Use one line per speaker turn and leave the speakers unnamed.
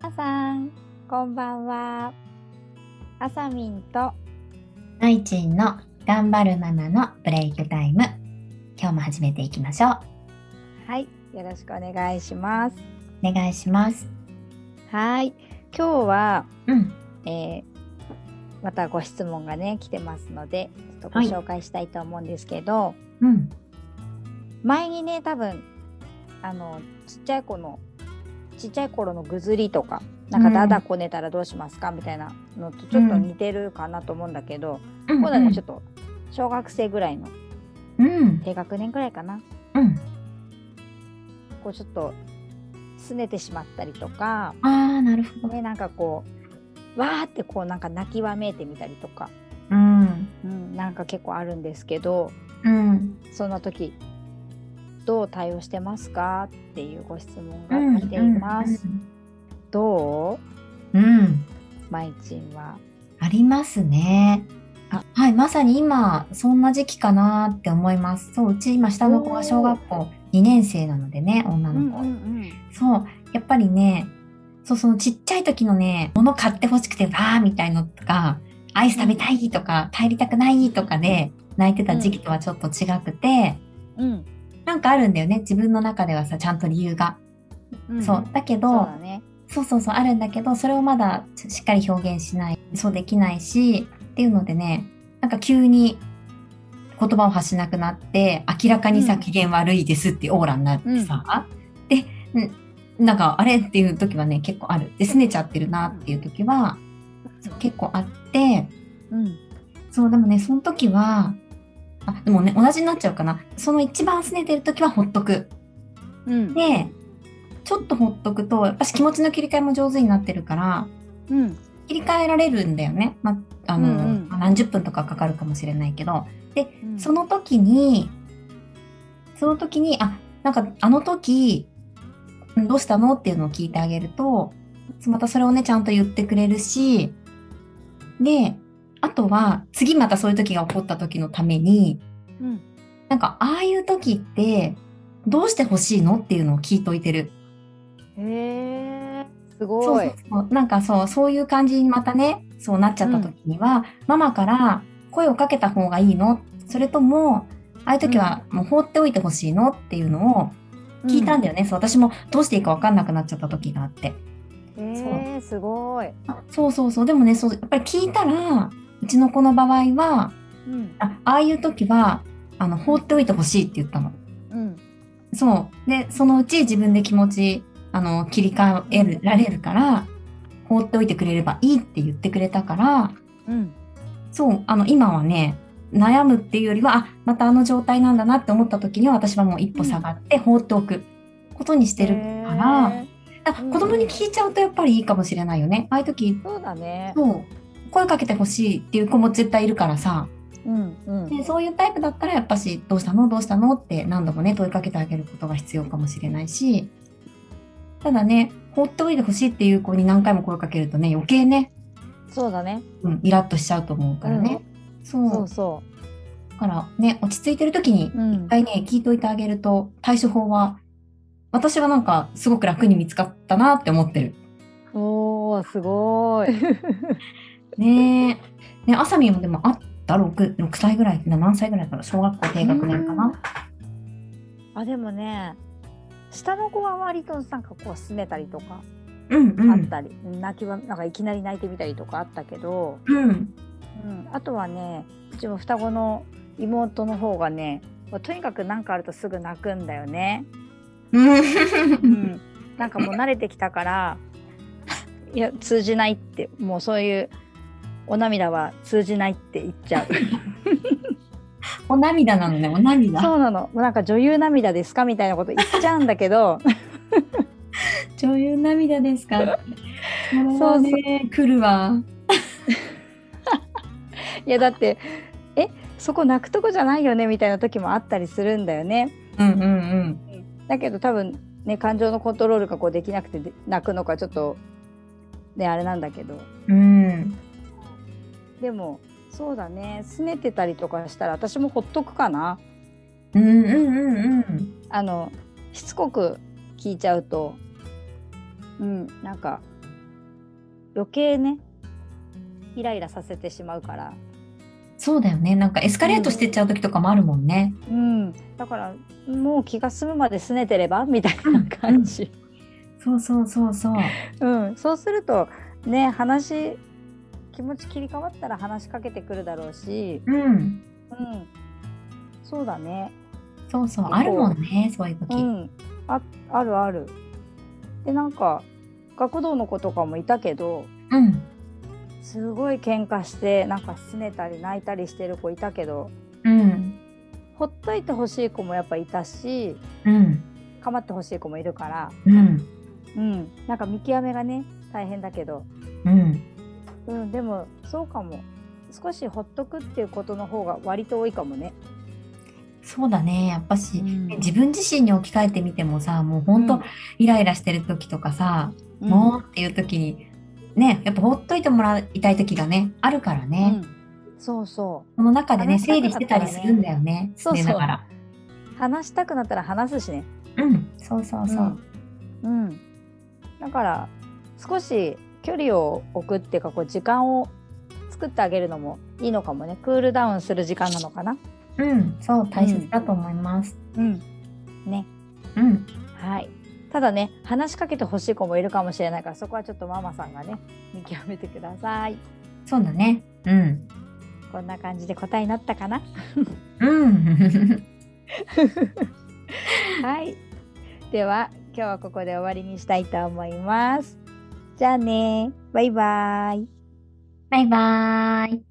皆さん、こんばんは。あさみんと、
ナイチンの頑張るママのブレイクタイム。今日も始めていきましょう。
はい、よろしくお願いします。
お願いします。
はい、今日は、
うん。
えーまたご質問がね、来てますので、ちょっとご紹介したいと思うんですけど、
うん。
前にね、多分、あの、ちっちゃい子の、ちっちゃい頃のぐずりとか、なんか
うん
だだこねたらどうしますかみたいなのとちょっと似てるかなと思うんだけど、
うん
今度はねちょっと小学生ぐらいの
うん。
低学年ぐらいかな
うん。
こうちょっと拗ねてしまったりとか、
ああ、なるほど。
ね、なんかこうわーってこうなんか泣きわめいてみたりとか、
うん。
うん、なんか結構あるんですけど
うん。
そんな時どう対応してますかっていうご質問
うん
が来ています。。ど
うん。うん
うまいちんは
ありますね。あはい、まさに今、そんな時期かなって思います。そう、うち今、下の子が小学校2年生なのでね、女の子。
ん
そう、やっぱりね、そう、そのちっちゃい時のね、物買って欲しくて、わーみたいのとか、アイス食べたいとか、帰りたくないとかで泣いてた時期とはちょっと違くて、
うん
なんかあるんだよね、自分の中ではさ、ちゃんと理由が。
うん
そう、だけ
そう
ど、
だね
そうそうそう、あるんだけど、それをまだしっかり表現しない、そうできないし、っていうのでね、なんか急に言葉を発しなくなって、明らかにさ、
うん
機嫌悪いですってオーラになってさ、で、んなんかあれっていう時はね、結構ある。で、拗ねちゃってるなっていう時は、そう結構あって、
うん
そう、でもね、その時は、あ、でもね、同じになっちゃうかな。その一番拗ねてる時はほっとく。
うん
で、ちょっとほっとくと、私気持ちの切り替えも上手になってるから、
うん
切り替えられるんだよね。まあの
うんうん
まあ何十分とかかかるかもしれないけど、
うん
その時に、その時に、あ、なんかあの時、どうしたのっていうのを聞いてあげると、またそれをね、ちゃんと言ってくれるし、で、あとは、次またそういう時が起こった時のために、
うん
なんか、ああいう時って、どうして欲しいのっていうのを聞いといてる。
へえす
そう
ご
そう
い
そうなんかそうそういう感じにまたねそうなっちゃった時には、ママから声をかけた方がいいのそれともああいう時はもう放っておいてほしいのっていうのを聞いたんだよね、そう私もどうしていいか分かんなくなっちゃった時があって
へえすごい
あそうそうそうでもねそうやっぱり聞いたらうちの子の場合は
うん
あああいう時はあの放っておいてほしいって言ったの。
うん
そう。で、そのうち自分で気持ち、あの、切り替えるられるから、放っておいてくれればいいって言ってくれたから、
うん
そう、あの、今はね、悩むっていうよりは、あ、またあの状態なんだなって思った時には、私はもう一歩下がって放っておくことにしてるから、だから子供に聞いちゃうとやっぱりいいかもしれないよね。ああいう時、
そうだね。
そう、声かけてほしいっていう子も絶対いるからさ、
うんうん。
でそういうタイプだったらやっぱし、どうしたのどうしたのって何度もね、問いかけてあげることが必要かもしれないし、ただね、放っておいてほしいっていう子に何回も声かけるとね、余計ね、
そうだね。
うん、イラッとしちゃうと思うからね。そう。
そうそ
だからね、落ち着いてる時に
う。うん
一。回ね、聞いといてあげると対処法は、私はなんかすごく楽に見つかったなって思ってる。
おおすごい。
ねえ。ね、あさみんもでもあった6、6歳ぐらい、何歳ぐらいから小学校低学年かな。
あでもね、下の子は割となんかこう拗ねたりとか
うんう
あっ
ん。
たり、泣きはなんかいきなり泣いてみたりとかあったけど、
うん。
うん、あとはね、うちも双子の妹の方がね、とにかくなんかあるとすぐ泣くんだよね。う
う。
んん、なんかもう慣れてきたから いや通じないってもうそういうお涙は通じないって言っちゃう
お涙なのね、お涙。
そうなのもうなんか女優涙ですかみたいなこと言っちゃうんだけ ど
女優涙ですか。そ
そう
うね、来るわ。
いやだってえそこ泣くとこじゃないよねみたいな時もあったりするんだよね
うんうんうん。
だけど多分ね感情のコントロールがこうできなくてで泣くのかちょっとねあれなんだけど
うん。
でもそうだね拗ねてたりとかしたら私もほっとくかな
うんうんうんうん。
あのしつこく聞いちゃうとうんなんか余計ねイライラさせてしまうから、
そうだよね。なんかエスカレートしてっちゃう時とかもあるもんね。
うん、だからもう気が済むまで拗ねてればみたいな感じ、
そうそうそうそう。
うん、そうするとね話気持ち切り替わったら話しかけてくるだろうし、
うん。
うん、そうだね
そうそう。
こう
あるもんね、そういう時。
うん、ああるある。でなんか学童の子とかもいたけど
うん。
すごい喧嘩してなんか拗ねたり泣いたりしてる子いたけど
うん。
ほっといてほしい子もやっぱいたし
うん。
構ってほしい子もいるから、
うん。
うん、なんか見極めがね大変だけど、
うん。
うん、でもそうかも少しほっとくっていうことの方が割と多いかもね。
そうだね。やっぱし、
うん
自分自身に置き換えてみてもさ、もう本当、イライラしてる時とかさ、
うん
もうっていう時に、ね、やっぱほっといてもらいたい時がね、あるから
うん
ね。
そうそう
その中でね、
話した
整
くな
理
っ
したて
らね
たりするんだよね。
そうそう
寝ながら。
話したくなったら話すしね。
うん。そうそうそう。
うん、うんだから少し距離を置くっていうかこう時間を作ってあげるのもいいのかもねクールダウンする時間なのかな
うん、そう、大切だと思います。
うん
うん、
はいただね話しかけてほしい子もいるかもしれないからそこはちょっとママさんがね見極めてください
そうだね。うん。
こんな感じで答えになったかな
うん。
はいでは今日はここで終わりにしたいと思いますじゃあねバイバイ
バイバーイ。